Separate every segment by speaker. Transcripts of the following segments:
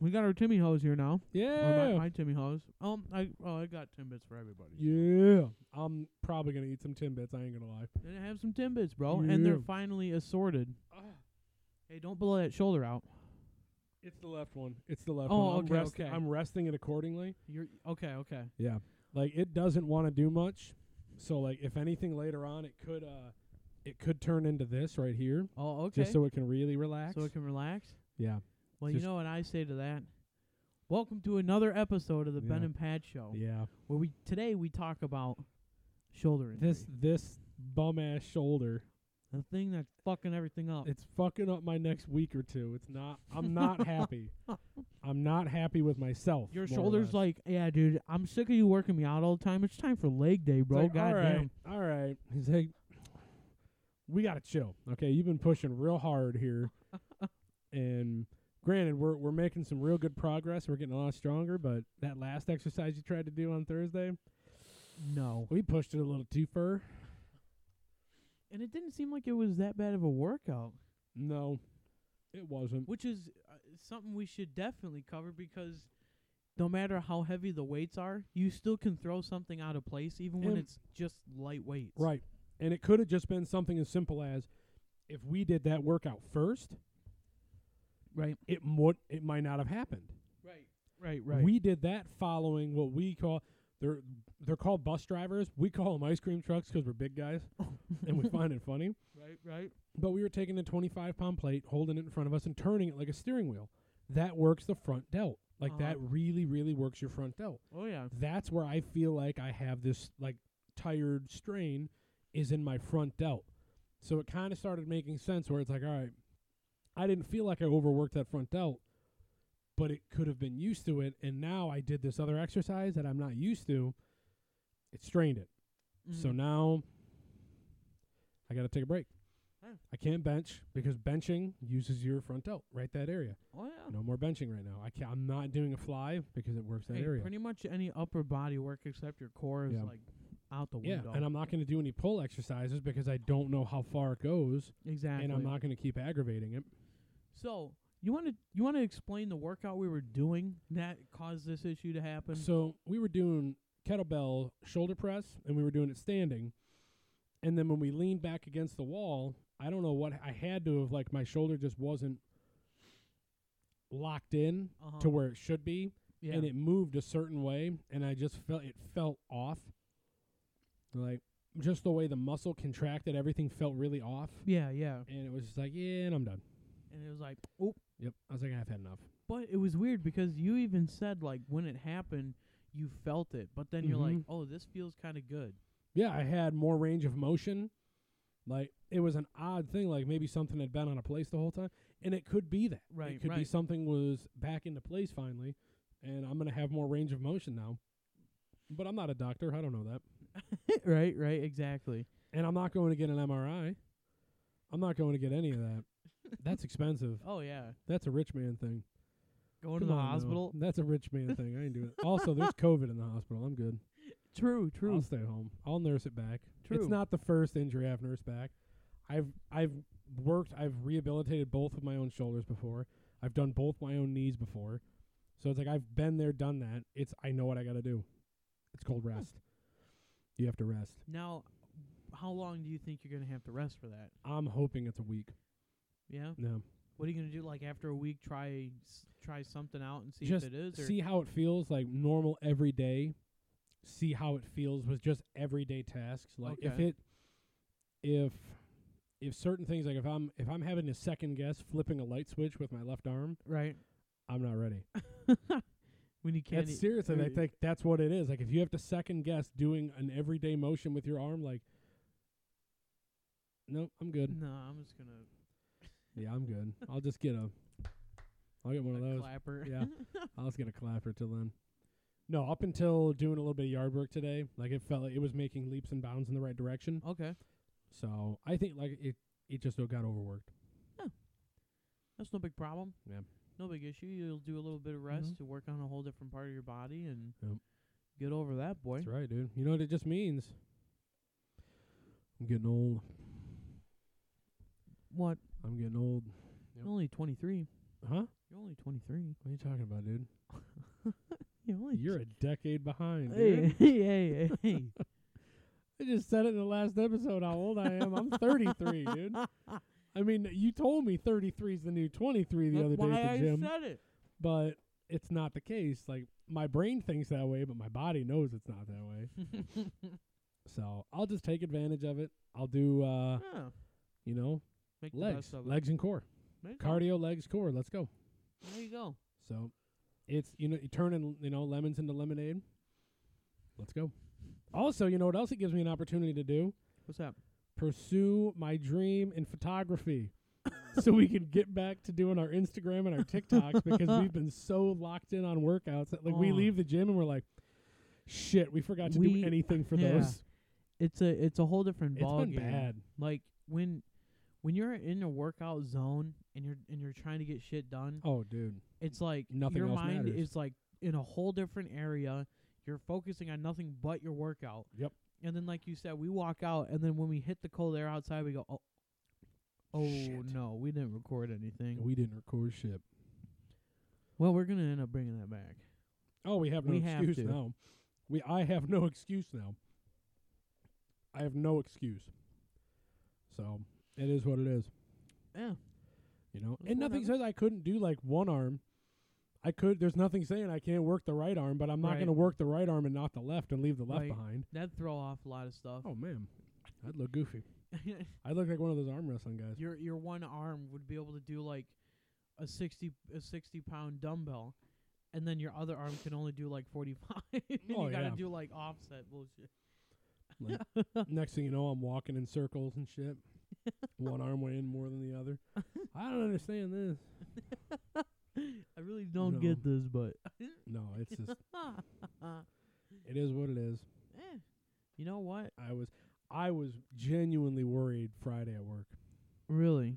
Speaker 1: we got our Timmy Hose here now. Or
Speaker 2: Yeah.
Speaker 1: my, my Timmy Hose. Um, I oh, I got Timbits for everybody. so.
Speaker 2: yeah. I'm probably gonna eat some Timbits. I ain't gonna lie.
Speaker 1: And I have some Timbits, bro. And they're
Speaker 2: Yeah.
Speaker 1: finally assorted. Hey, don't blow that shoulder out.
Speaker 2: It's the left one. It's the left
Speaker 1: Oh,
Speaker 2: one. I'm
Speaker 1: okay,
Speaker 2: rest-
Speaker 1: okay.
Speaker 2: I'm resting it accordingly.
Speaker 1: You're okay, okay.
Speaker 2: Yeah. Like it doesn't want to do much. So like if anything later on it could uh it could turn into this right here.
Speaker 1: Oh, okay.
Speaker 2: Just so it can really relax.
Speaker 1: So it can relax.
Speaker 2: yeah.
Speaker 1: Well,
Speaker 2: Just-
Speaker 1: you know what I say to that? Welcome to another episode of the Ben
Speaker 2: Yeah.
Speaker 1: and Pat Show,
Speaker 2: Yeah.
Speaker 1: where we today we talk about shoulder injury,
Speaker 2: This this bum ass shoulder.
Speaker 1: the thing that's fucking everything up.
Speaker 2: It's fucking up my next week or two. It's not I'm not happy. I'm not happy with myself.
Speaker 1: Your
Speaker 2: more or
Speaker 1: shoulder's
Speaker 2: less.
Speaker 1: like, yeah, dude, I'm sick of you working me out all the time. It's time for leg day,
Speaker 2: It's
Speaker 1: bro.
Speaker 2: like, all
Speaker 1: Goddamn.
Speaker 2: right, all right. He's like we got to chill. Okay, you've been pushing real hard here. and granted we're we're making some real good progress. We're getting a lot stronger, but that last exercise you tried to do on Thursday,
Speaker 1: No.
Speaker 2: we pushed it a little too far.
Speaker 1: And it didn't seem like it was that bad of a workout,
Speaker 2: No. It wasn't.
Speaker 1: which is uh, something we should definitely cover because no matter how heavy the weights are, you still can throw something out of place even when
Speaker 2: And-
Speaker 1: it's just light weights.
Speaker 2: Right. And it could have just been something as simple as if we did that workout first,
Speaker 1: Right.
Speaker 2: it would it might not have happened.
Speaker 1: Right. Right. Right.
Speaker 2: We did that following what we call they're they're called bus drivers. We call them ice cream trucks 'cause we're big guys and we find it funny.
Speaker 1: right. Right.
Speaker 2: But we were taking a 25 pound plate, holding it in front of us, and turning it like a steering wheel. That works the front delt. Like
Speaker 1: Uh-huh.
Speaker 2: that really, really works your front delt.
Speaker 1: Oh yeah.
Speaker 2: That's where I feel like I have this like tired strain is in my front delt. So it kind of started making sense where it's like, all right, I didn't feel like I overworked that front delt, but it could have been used to it. And now I did this other exercise that I'm not used to. It strained it. So
Speaker 1: Mhm.
Speaker 2: now I got to take a break.
Speaker 1: Huh.
Speaker 2: I can't bench because benching uses your front delt, right? That area.
Speaker 1: Oh yeah.
Speaker 2: No more benching right now. I can't, I'm not doing a fly because it works that
Speaker 1: Hey,
Speaker 2: area.
Speaker 1: pretty much any upper body work except your core is
Speaker 2: Yeah.
Speaker 1: like out the
Speaker 2: Yeah,
Speaker 1: window.
Speaker 2: and I'm not going to do any pull exercises because I don't know how far it goes,
Speaker 1: exactly. Mm-hmm.
Speaker 2: and I'm not going to keep aggravating it.
Speaker 1: So you want to you want to explain the workout we were doing that caused this issue to happen?
Speaker 2: So we were doing kettlebell shoulder press, and we were doing it standing, and then when we leaned back against the wall, I don't know what I had to have like my shoulder just wasn't locked in
Speaker 1: uh-huh.
Speaker 2: to where it should be,
Speaker 1: yeah.
Speaker 2: and it moved a certain way, and I just felt it felt off, like just the way the muscle contracted, everything felt really off,
Speaker 1: yeah, yeah,
Speaker 2: and it was just like yeah, and I'm done.
Speaker 1: and it was like, oh,
Speaker 2: Yep. I was like, I've had enough.
Speaker 1: but it was weird because you even said like when it happened, you felt it, but then you're like,
Speaker 2: Mhm.
Speaker 1: oh, this feels kind of good.
Speaker 2: Yeah, I had more range of motion. Like it was an odd thing. Like maybe something had been out of place the whole time, and it could be that.
Speaker 1: Right,
Speaker 2: It could be
Speaker 1: right.
Speaker 2: something was back into place finally, and I'm gonna have more range of motion now. But I'm not a doctor. I don't know that,
Speaker 1: right, right, exactly.
Speaker 2: and I'm not going to get an MRI. I'm not going to get any of that. That's expensive.
Speaker 1: Oh yeah,
Speaker 2: That's a rich man thing.
Speaker 1: going
Speaker 2: Come
Speaker 1: to the
Speaker 2: on now.
Speaker 1: hospital.
Speaker 2: That's a rich man thing. I ain't doing it. Also, there's COVID in the hospital. I'm good.
Speaker 1: True, true.
Speaker 2: I'll stay home. I'll nurse it back.
Speaker 1: True.
Speaker 2: It's not the first injury I've nursed back. I've I've worked. I've rehabilitated both of my own shoulders before. I've done both my own knees before. So it's like I've been there, done that. It's I know what I got to do. It's called rest. You have to rest.
Speaker 1: Now, how long do you think you're gonna have to rest for that?
Speaker 2: I'm hoping it's a week.
Speaker 1: Yeah.
Speaker 2: No,
Speaker 1: What are you gonna do? Like after a week, try s- try something out and see
Speaker 2: Just
Speaker 1: if it is. Or
Speaker 2: see how it feels like normal every day. See how it feels with just everyday tasks. Like if
Speaker 1: Okay.
Speaker 2: it, if if certain things like if I'm if I'm having to second guess flipping a light switch with my left arm,
Speaker 1: right
Speaker 2: I'm not ready.
Speaker 1: when you can't.
Speaker 2: that's
Speaker 1: e-
Speaker 2: serious, and I
Speaker 1: uh,
Speaker 2: think that's what it is. Like if you have to second guess doing an everyday motion with your arm, like, no, I'm good.
Speaker 1: No, I'm just gonna
Speaker 2: Yeah, I'm good. I'll just get a, I'll get one of
Speaker 1: a
Speaker 2: those.
Speaker 1: clapper.
Speaker 2: Yeah, I'll just get a clapper till then. No, up until doing a little bit of yard work today, like it felt like it was making leaps and bounds in the right direction.
Speaker 1: Okay.
Speaker 2: So I think like it, it just got overworked.
Speaker 1: That's no big problem.
Speaker 2: Yeah.
Speaker 1: No big issue. You'll do a little bit of rest
Speaker 2: Mhm.
Speaker 1: to work on a whole different part of your body and
Speaker 2: Yep.
Speaker 1: get over that, boy.
Speaker 2: That's right, dude. You know what it just means? I'm getting old.
Speaker 1: What?
Speaker 2: I'm getting old. Yep.
Speaker 1: Only 23.
Speaker 2: Huh?
Speaker 1: You're only 23.
Speaker 2: What are you talking about, dude?
Speaker 1: You're only.
Speaker 2: You're a decade behind.
Speaker 1: hey,
Speaker 2: dude.
Speaker 1: hey, hey, hey.
Speaker 2: I just said it in the last episode how old I am. I'm 33, dude. I mean, you told me 33 is the new 23 the
Speaker 1: That's
Speaker 2: other day
Speaker 1: why
Speaker 2: at
Speaker 1: I
Speaker 2: the gym,
Speaker 1: said it.
Speaker 2: but it's not the case. Like my brain thinks that way, but my body knows it's not that way. So I'll just take advantage of it. I'll do, uh,
Speaker 1: Yeah,
Speaker 2: you know,
Speaker 1: Make the
Speaker 2: legs,
Speaker 1: best of it.
Speaker 2: legs and core,
Speaker 1: There you go.
Speaker 2: cardio, legs, core. Let's go.
Speaker 1: There you go.
Speaker 2: So it's you know you turning you know lemons into lemonade. Let's go. Also, you know what else it gives me an opportunity to do?
Speaker 1: What's that?
Speaker 2: Pursue my dream in photography. so we can get back to doing our Instagram and our TikToks because we've been so locked in on workouts that like we
Speaker 1: Oh.
Speaker 2: leave the gym and we're like, shit, we forgot to
Speaker 1: We-
Speaker 2: do anything for
Speaker 1: yeah.
Speaker 2: those.
Speaker 1: It's a it's a whole different
Speaker 2: It's
Speaker 1: ball
Speaker 2: been
Speaker 1: game.
Speaker 2: bad.
Speaker 1: Like when when you're in a workout zone and you're and you're trying to get shit done,
Speaker 2: Oh, dude.
Speaker 1: it's like
Speaker 2: Nothing
Speaker 1: your
Speaker 2: else
Speaker 1: mind
Speaker 2: matters.
Speaker 1: is like in a whole different area. You're focusing on nothing but your workout.
Speaker 2: Yep.
Speaker 1: And then, like you said, we walk out, and then when we hit the cold air outside, we go, "Oh, oh
Speaker 2: Shit.
Speaker 1: no, we didn't record anything."
Speaker 2: We didn't record shit.
Speaker 1: well, we're gonna end up bringing that back.
Speaker 2: Oh, we have no
Speaker 1: We have
Speaker 2: excuse
Speaker 1: to.
Speaker 2: now. We I have no excuse now. I have no excuse. So it is what it is,
Speaker 1: Yeah.
Speaker 2: you know.
Speaker 1: That's
Speaker 2: And nothing
Speaker 1: whatever.
Speaker 2: says I couldn't do like one arm. I could. There's nothing saying I can't work the right arm, but I'm not
Speaker 1: Right.
Speaker 2: going to work the right arm and not the left and leave the left
Speaker 1: Right.
Speaker 2: behind.
Speaker 1: That'd throw off a lot of stuff.
Speaker 2: Oh man, I'd look goofy. I'd look like one of those arm wrestling guys.
Speaker 1: your your one arm would be able to do like a sixty a sixty pound dumbbell, and then your other arm can only do like forty five.
Speaker 2: Oh,
Speaker 1: you gotta
Speaker 2: yeah.
Speaker 1: do like offset bullshit.
Speaker 2: Next thing you know, I'm walking in circles and shit. one arm weighing more than the other. I don't understand this.
Speaker 1: I really don't
Speaker 2: No.
Speaker 1: get this, but
Speaker 2: No, it's just it is what it is.
Speaker 1: Eh, you know what?
Speaker 2: I was I was genuinely worried Friday at work.
Speaker 1: Really?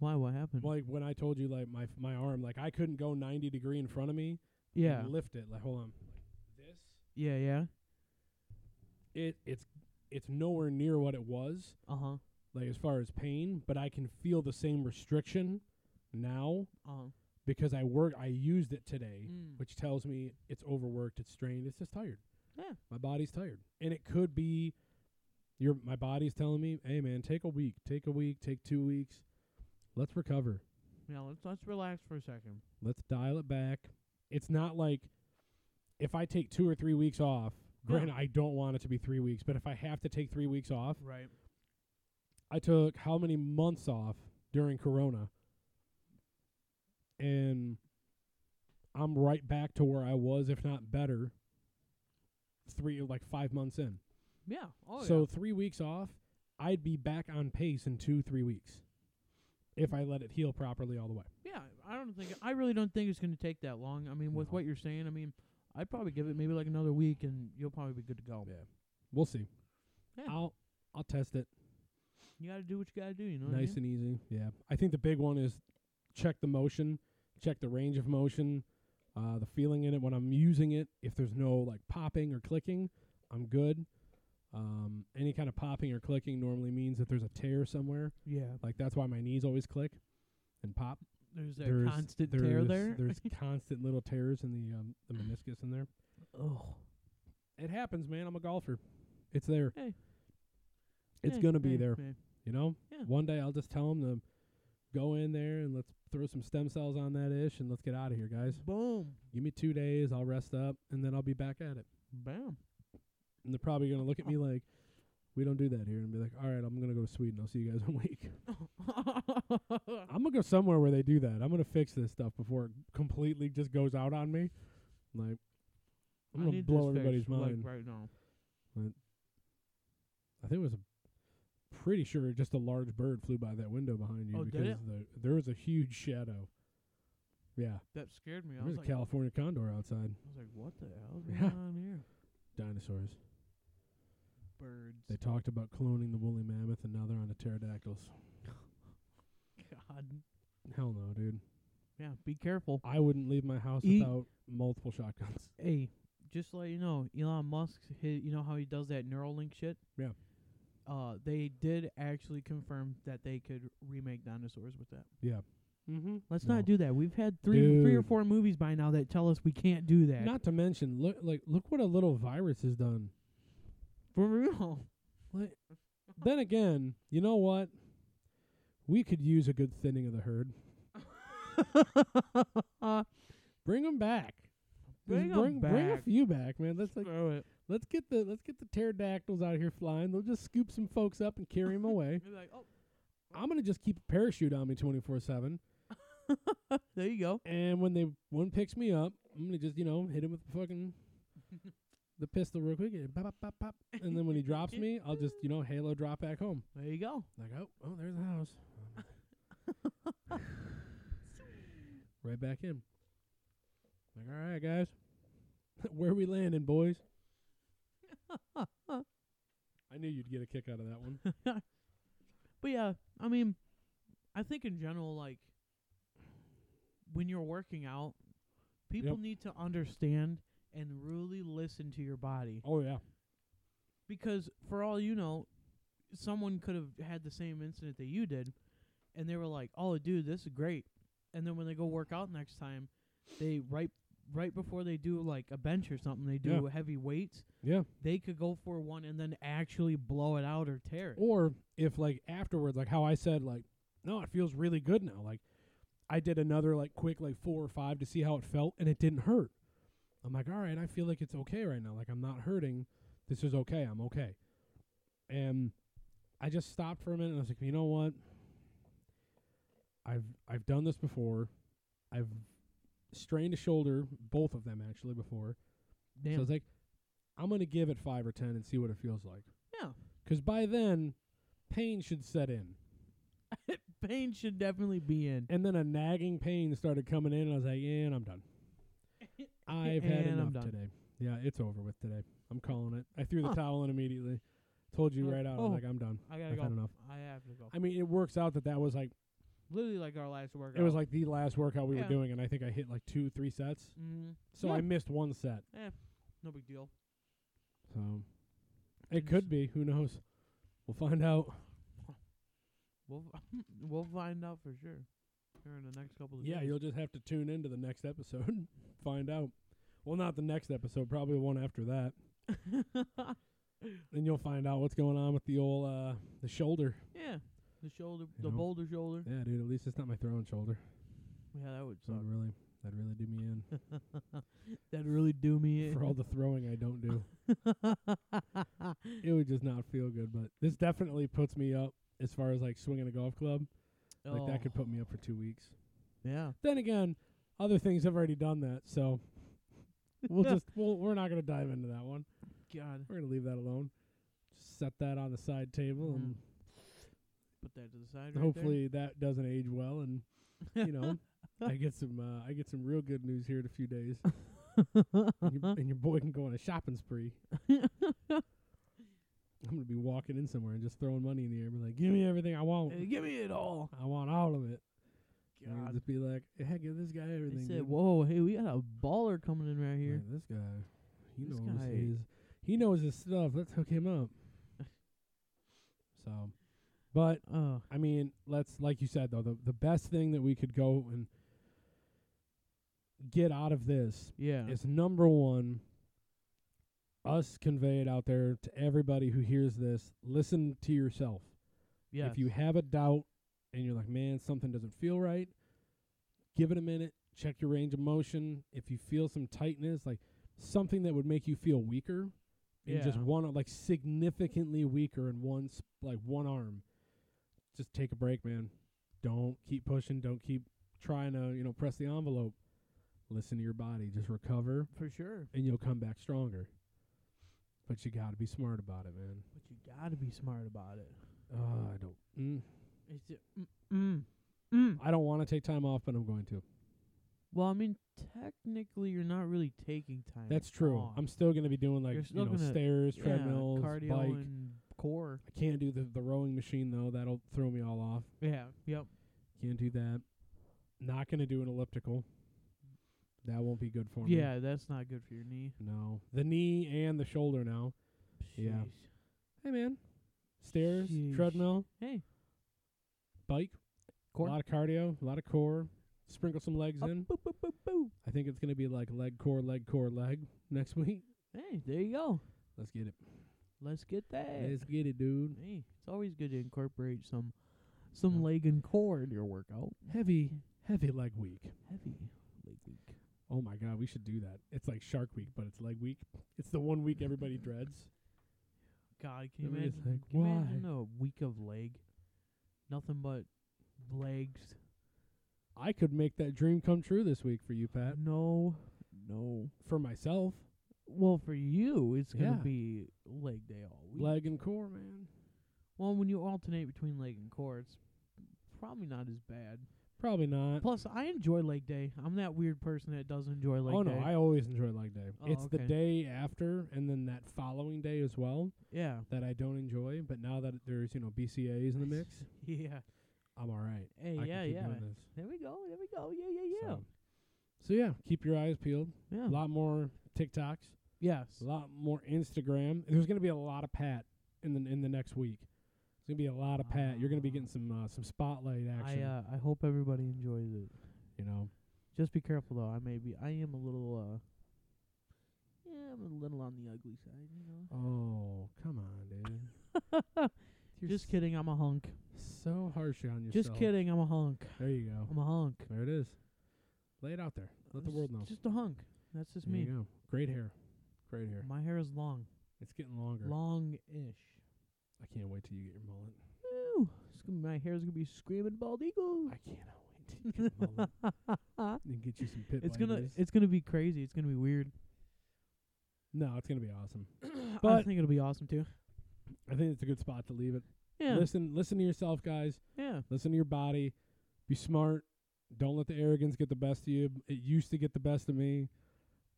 Speaker 1: Why? What happened?
Speaker 2: Like when I told you like my my arm like I couldn't go 90 degree in front of me
Speaker 1: yeah,
Speaker 2: and lift it. Like hold on. Like this
Speaker 1: yeah, yeah.
Speaker 2: it it's it's nowhere near what it was
Speaker 1: Uh huh.
Speaker 2: like as far as pain, but I can feel the same restriction now
Speaker 1: Uh huh.
Speaker 2: because I work I used it today,
Speaker 1: Mm.
Speaker 2: which tells me it's overworked, it's strained, it's just tired.
Speaker 1: Yeah.
Speaker 2: My body's tired. And it could be your my body's telling me, "Hey man, take a week, take a week, take 2 weeks. Let's recover.
Speaker 1: Yeah. Let's let's relax for a second.
Speaker 2: Let's dial it back." It's not like if I take 2 or 3 weeks off, granted I don't want it to be 3 weeks, but if I have to take 3 weeks off,
Speaker 1: Right.
Speaker 2: I took how many months off during corona? And I'm right back to where I was, if not better. 3 like 5 months in.
Speaker 1: Yeah. Oh
Speaker 2: so
Speaker 1: yeah.
Speaker 2: three weeks off, I'd be back on pace in two, three weeks if I let it heal properly all the way.
Speaker 1: Yeah, I don't think I really don't think it's going to take that long. I mean, with
Speaker 2: No.
Speaker 1: what you're saying, I mean, I'd probably give it maybe like another week, and you'll probably be good to go.
Speaker 2: Yeah. We'll see.
Speaker 1: Yeah.
Speaker 2: I'll I'll test it
Speaker 1: You got to do what you got to do. You know,
Speaker 2: nice
Speaker 1: What
Speaker 2: and easy. Yeah. I think the big one is check the motion, check the range of motion, uh, the feeling in it when I'm using it. If there's no like popping or clicking, I'm good. Um, any kind of popping or clicking normally means that there's a tear somewhere.
Speaker 1: I mean? Yeah,
Speaker 2: Like that's why my knees always click and pop.
Speaker 1: there's that
Speaker 2: there's-
Speaker 1: constant
Speaker 2: there's,
Speaker 1: tear there.
Speaker 2: There's constant little tears in the um, the meniscus in there.
Speaker 1: oh,
Speaker 2: It happens, man. I'm a golfer. It's there.
Speaker 1: Hey.
Speaker 2: It's
Speaker 1: Eh,
Speaker 2: gonna be
Speaker 1: eh,
Speaker 2: there.
Speaker 1: eh.
Speaker 2: You know.
Speaker 1: Yeah.
Speaker 2: One day I'll just tell them to go in there and let's throw some stem cells on that ish and let's get out of here, guys.
Speaker 1: Boom,
Speaker 2: Give me two days. I'll rest up and then I'll be back at it.
Speaker 1: bam.
Speaker 2: And they're probably gonna look at me like. We don't do that here, and be like, "All right, I'm gonna go to Sweden. I'll see you guys in a week. I'm gonna go somewhere where they do that. I'm gonna fix this stuff before it completely just goes out on me. Like, I'm
Speaker 1: I
Speaker 2: gonna
Speaker 1: need this
Speaker 2: blow
Speaker 1: fixed,
Speaker 2: everybody's
Speaker 1: like,
Speaker 2: mind.
Speaker 1: right now.
Speaker 2: I think it was a pretty sure just a large bird flew by that window behind you
Speaker 1: Oh, did
Speaker 2: because
Speaker 1: it?
Speaker 2: The, there was a huge shadow. Yeah,
Speaker 1: That scared me. I
Speaker 2: there
Speaker 1: was
Speaker 2: was a
Speaker 1: like, I was
Speaker 2: California condor outside.
Speaker 1: like, what the hell is
Speaker 2: Yeah.
Speaker 1: going on here?
Speaker 2: Dinosaurs.
Speaker 1: Birds.
Speaker 2: They talked about cloning the woolly mammoth, another on the pterodactyls.
Speaker 1: God.
Speaker 2: Hell no, dude.
Speaker 1: Yeah, be careful.
Speaker 2: I wouldn't leave my house
Speaker 1: Eat-
Speaker 2: without multiple shotguns.
Speaker 1: Hey, just to let you know, Elon Musk, his, you know how he does that Neuralink shit?
Speaker 2: Yeah.
Speaker 1: Uh, they did actually confirm that they could remake dinosaurs with that.
Speaker 2: Yeah, Mm-hmm.
Speaker 1: Let's
Speaker 3: No.
Speaker 1: not do that. We've had three, three or
Speaker 2: Dude.
Speaker 1: four movies by now that tell us we can't do that.
Speaker 2: Not to mention, look like look what a little virus has done.
Speaker 1: for real.
Speaker 2: Like, then again, you know what? We could use a good thinning of the herd. Bring 'em back. Just
Speaker 1: Bring 'em
Speaker 2: bring, Bring a
Speaker 1: back.
Speaker 2: few back, man. Let's like
Speaker 1: Throw it.
Speaker 2: let's get the let's get the pterodactyls out of here flying. They'll just scoop some folks up and carry 'em away.
Speaker 1: You're like, oh,
Speaker 2: I'm gonna just keep a parachute on me 24 seven.
Speaker 1: there you go.
Speaker 2: And when they one picks me up, I'm gonna just you know hit him with the fucking the pistol real quick, and pop, pop, pop, pop. And then when he drops me, I'll just you know halo drop back home.
Speaker 1: There you go.
Speaker 2: Like oh oh there's the house. right back in. Like all right guys, where we landing boys? I knew you'd get a kick out of that one.
Speaker 1: But yeah, I mean, I think in general, like when you're working out, people
Speaker 2: Yep.
Speaker 1: need to understand and really listen to your body
Speaker 2: Oh yeah.
Speaker 1: because for all you know, someone could have had the same incident that you did, and they were like, "Oh, dude, this is great," and then when they go work out next time, they right right before they do like a bench or something, they do heavy weights.
Speaker 2: Yeah.
Speaker 1: They could go for one and then actually blow it out or tear it.
Speaker 2: Or if like afterwards, like how I said, like, no, it feels really good now. Like I did another like quick like four or five to see how it felt and it didn't hurt. I'm like, all right, I feel like it's okay right now. Like I'm not hurting. This is okay. I'm okay. And I just stopped for a minute and I was like, you know what? I've I've done this before. I've strained a shoulder, both of them actually before. So I
Speaker 1: Damn.
Speaker 2: was like, I'm gonna give it five or ten and see what it feels like.
Speaker 1: Yeah.
Speaker 2: 'Cause by then, pain should set in,
Speaker 1: Pain should definitely be in.
Speaker 2: and then a nagging pain started coming in, and I was like, "Yeah, and I'm done. I've had
Speaker 1: And I'm
Speaker 2: enough
Speaker 1: done.
Speaker 2: today. Yeah, it's over with today. I'm calling it. I threw the
Speaker 1: Huh.
Speaker 2: towel in immediately. Told you
Speaker 1: Oh,
Speaker 2: right out. I was
Speaker 1: oh.
Speaker 2: like, I'm done.
Speaker 1: I gotta
Speaker 2: I've
Speaker 1: go.
Speaker 2: had enough.
Speaker 1: I have to go.
Speaker 2: I mean, it works out that that was like
Speaker 1: Literally like our last workout.
Speaker 2: it was like the last workout we
Speaker 1: Yeah.
Speaker 2: were doing, and I think I hit like two, three sets.
Speaker 1: mm,
Speaker 2: So
Speaker 1: Yeah.
Speaker 2: I missed one set.
Speaker 1: no big deal.
Speaker 2: So
Speaker 1: Goodness.
Speaker 2: it could be. Who knows? We'll find out.
Speaker 1: We'll we'll find out for sure here in the next couple of
Speaker 2: Yeah,
Speaker 1: days.
Speaker 2: you'll just have to tune into the next episode, find out. Well, not the next episode, probably the one after that. Then you'll find out what's going on with the old uh the shoulder.
Speaker 1: yeah, the shoulder,
Speaker 2: You
Speaker 1: the
Speaker 2: know?
Speaker 1: boulder shoulder.
Speaker 2: Yeah, dude. At least it's not my throwing shoulder.
Speaker 1: Yeah, that would
Speaker 2: That'd
Speaker 1: suck.
Speaker 2: really, that'd really do me in
Speaker 1: That'd really do me in.
Speaker 2: for all the throwing I don't do. it would just not feel good. But this definitely puts me up as far as like swinging a golf club. Like that could
Speaker 1: Oh,
Speaker 2: put me up for two weeks.
Speaker 1: Yeah.
Speaker 2: Then again, other things have already done that, so we'll just we'll, we're not gonna dive into that one.
Speaker 1: God,
Speaker 2: We're gonna leave that alone. Just set that on the side table,
Speaker 1: Mhm.
Speaker 2: and
Speaker 1: put that to the side. Right
Speaker 2: hopefully that doesn't age well. And you know, I get some uh, I get some real good news here in a few days, and, your, and your boy can go on a shopping spree. I'm gonna be walking in somewhere and just throwing money in the air, and be like, "Give me everything I want.
Speaker 1: There. Hey, give me it all.
Speaker 2: I want all of it." And I'm gonna
Speaker 1: God,
Speaker 2: just be like, "Heck, give this guy everything."
Speaker 1: they said,
Speaker 2: dude."
Speaker 1: "Whoa, hey, we got a baller coming in right here."
Speaker 2: Man, this guy, he
Speaker 1: This
Speaker 2: knows
Speaker 1: guy-
Speaker 2: his, he knows his stuff. Let's hook him up." so, but
Speaker 1: Oh,
Speaker 2: I mean, let's like you said though, the the best thing that we could go and get out of this
Speaker 1: yeah.
Speaker 2: is number one, us convey it out there to everybody who hears this. Listen to yourself.
Speaker 1: yes.
Speaker 2: If you have a doubt and you're like, man, something doesn't feel right, give it a minute. Check your range of motion. If you feel some tightness, like something that would make you feel weaker, and just
Speaker 1: Yeah.
Speaker 2: one like significantly weaker in one s like one arm, just take a break, man. Don't keep pushing. Don't keep trying to you know press the envelope. Listen to your body. Just recover,
Speaker 1: for sure,
Speaker 2: and you'll come back stronger. But you got to be smart about it, man.
Speaker 1: but you got to be smart about it.
Speaker 2: Uh, I don't. Mm,
Speaker 1: It's a- mm, mm, mm.
Speaker 2: I don't want to take time off, but I'm going to.
Speaker 1: Well, I mean, technically, you're not really taking time.
Speaker 2: That's true.
Speaker 1: off.
Speaker 2: I'm still going to be doing like
Speaker 1: You're
Speaker 2: you
Speaker 1: still
Speaker 2: know
Speaker 1: gonna-
Speaker 2: stairs,
Speaker 1: Yeah,
Speaker 2: treadmills,
Speaker 1: cardio
Speaker 2: bike.
Speaker 1: and core.
Speaker 2: I can't do the the rowing machine though. That'll throw me all off.
Speaker 1: Yeah. Yep.
Speaker 2: Can't do that. Not going to do an elliptical. That won't be good for me.
Speaker 1: Yeah, that's not good for your knee.
Speaker 2: No. The knee and the shoulder now. Yeah.
Speaker 1: Jeez.
Speaker 2: Hey man. Stairs,
Speaker 1: Sheesh.
Speaker 2: treadmill,
Speaker 1: Hey,
Speaker 2: bike,
Speaker 1: Core. Oh.
Speaker 2: A lot of cardio, a lot of core. Sprinkle some legs
Speaker 1: Up,
Speaker 2: in.
Speaker 1: boop, boop, boop, boop.
Speaker 2: I think it's gonna be like leg core, leg core, leg next week.
Speaker 1: Hey, there you go.
Speaker 2: Let's get it.
Speaker 1: Let's get that.
Speaker 2: Let's get it, dude.
Speaker 1: Hey, it's always good to incorporate some some
Speaker 2: Yeah.
Speaker 1: leg and core in your workout.
Speaker 2: Heavy, heavy leg week.
Speaker 1: Heavy leg week.
Speaker 2: Oh my god, we should do that. It's like Shark Week, but it's leg week. It's the one week everybody dreads.
Speaker 1: God, can you
Speaker 2: Everybody's
Speaker 1: imagine?
Speaker 2: like,
Speaker 1: can you imagine a week of leg? Nothing but legs.
Speaker 2: I could make that dream come true this week for you, Pat.
Speaker 1: No, no.
Speaker 2: For myself,
Speaker 1: Well, for you, it's gonna
Speaker 2: Yeah.
Speaker 1: be leg day all week.
Speaker 2: leg and core, man.
Speaker 1: Well, when you alternate between leg and core, it's probably not as bad.
Speaker 2: Probably not.
Speaker 1: Plus, I enjoy leg day. I'm that weird person that does enjoy leg
Speaker 2: oh
Speaker 1: day.
Speaker 2: no, I always enjoy leg day.
Speaker 1: Oh,
Speaker 2: it's the
Speaker 1: okay.
Speaker 2: day after and then that following day as well
Speaker 1: yeah,
Speaker 2: that I don't enjoy. But now that there's, you know, BCAs in the mix,
Speaker 1: yeah.
Speaker 2: I'm all right.
Speaker 1: Hey,
Speaker 2: I
Speaker 1: yeah,
Speaker 2: can keep
Speaker 1: yeah.
Speaker 2: doing this.
Speaker 1: There we go. There we go. Yeah, yeah, yeah.
Speaker 2: So. so yeah, keep your eyes peeled.
Speaker 1: yeah.
Speaker 2: A lot more TikToks.
Speaker 1: Yes.
Speaker 2: A lot more Instagram. There's gonna be a lot of Pat in the in the next week. It's gonna be a lot of Pat. You're gonna be getting some uh, some spotlight
Speaker 1: I
Speaker 2: action.
Speaker 1: uh, I hope everybody enjoys it.
Speaker 2: you know,
Speaker 1: Just be careful though. I may be. I am a little. uh Yeah, I'm a little on the ugly side. You know.
Speaker 2: oh come on, dude. You're
Speaker 1: Just kidding. I'm a hunk.
Speaker 2: So harsh on yourself.
Speaker 1: Just kidding. I'm a hunk.
Speaker 2: There you go.
Speaker 1: I'm a hunk.
Speaker 2: There it is. Lay it out there. Let the
Speaker 1: Just-
Speaker 2: world know.
Speaker 1: Just a hunk. That's just
Speaker 2: There
Speaker 1: me.
Speaker 2: you go. Great hair. Great hair.
Speaker 1: My hair is long,
Speaker 2: It's getting longer.
Speaker 1: long-ish.
Speaker 2: I can't wait till you get your mullet.
Speaker 1: Ooh, it's gonna, my hair's gonna be screaming bald eagle.
Speaker 2: I cannot wait till you get your mullet. and get you some pit
Speaker 1: It's gonna.
Speaker 2: wipers.
Speaker 1: It's gonna be crazy. It's gonna be weird.
Speaker 2: no, it's gonna be awesome.
Speaker 1: But I
Speaker 2: But-
Speaker 1: think it'll be awesome too.
Speaker 2: I think it's a good spot to leave it.
Speaker 1: Yeah.
Speaker 2: Listen, listen to yourself, guys.
Speaker 1: Yeah.
Speaker 2: Listen to your body. Be smart. Don't let the arrogance get the best of you. It used to get the best of me.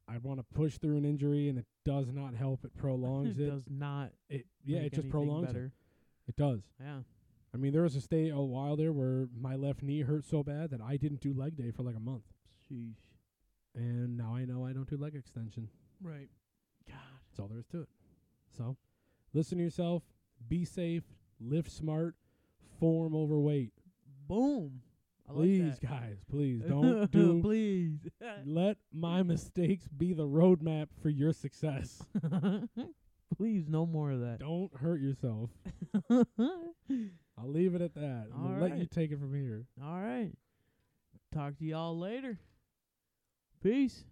Speaker 2: I want to push through an injury, and it does not help. It prolongs it.
Speaker 1: does not.
Speaker 2: It yeah,
Speaker 1: make
Speaker 2: it just
Speaker 1: anything
Speaker 2: prolongs
Speaker 1: better.
Speaker 2: it. It does.
Speaker 1: Yeah.
Speaker 2: I mean, there was a stay a while there where my left knee hurt so bad that I didn't do leg day for like a month,
Speaker 1: Sheesh.
Speaker 2: and now I know I don't do leg extension.
Speaker 1: Right. God.
Speaker 2: That's all there is to it. So, listen to yourself. Be safe. Lift smart. Form over weight.
Speaker 1: Boom. I
Speaker 2: please,
Speaker 1: like that.
Speaker 2: guys, please don't do
Speaker 1: please.
Speaker 2: Let my mistakes be the roadmap for your success.
Speaker 1: please, no more of that.
Speaker 2: Don't hurt yourself. I'll leave it at that. I'm gonna let you
Speaker 1: Alright.
Speaker 2: take it from here.
Speaker 1: All right. Talk to y'all later. Peace.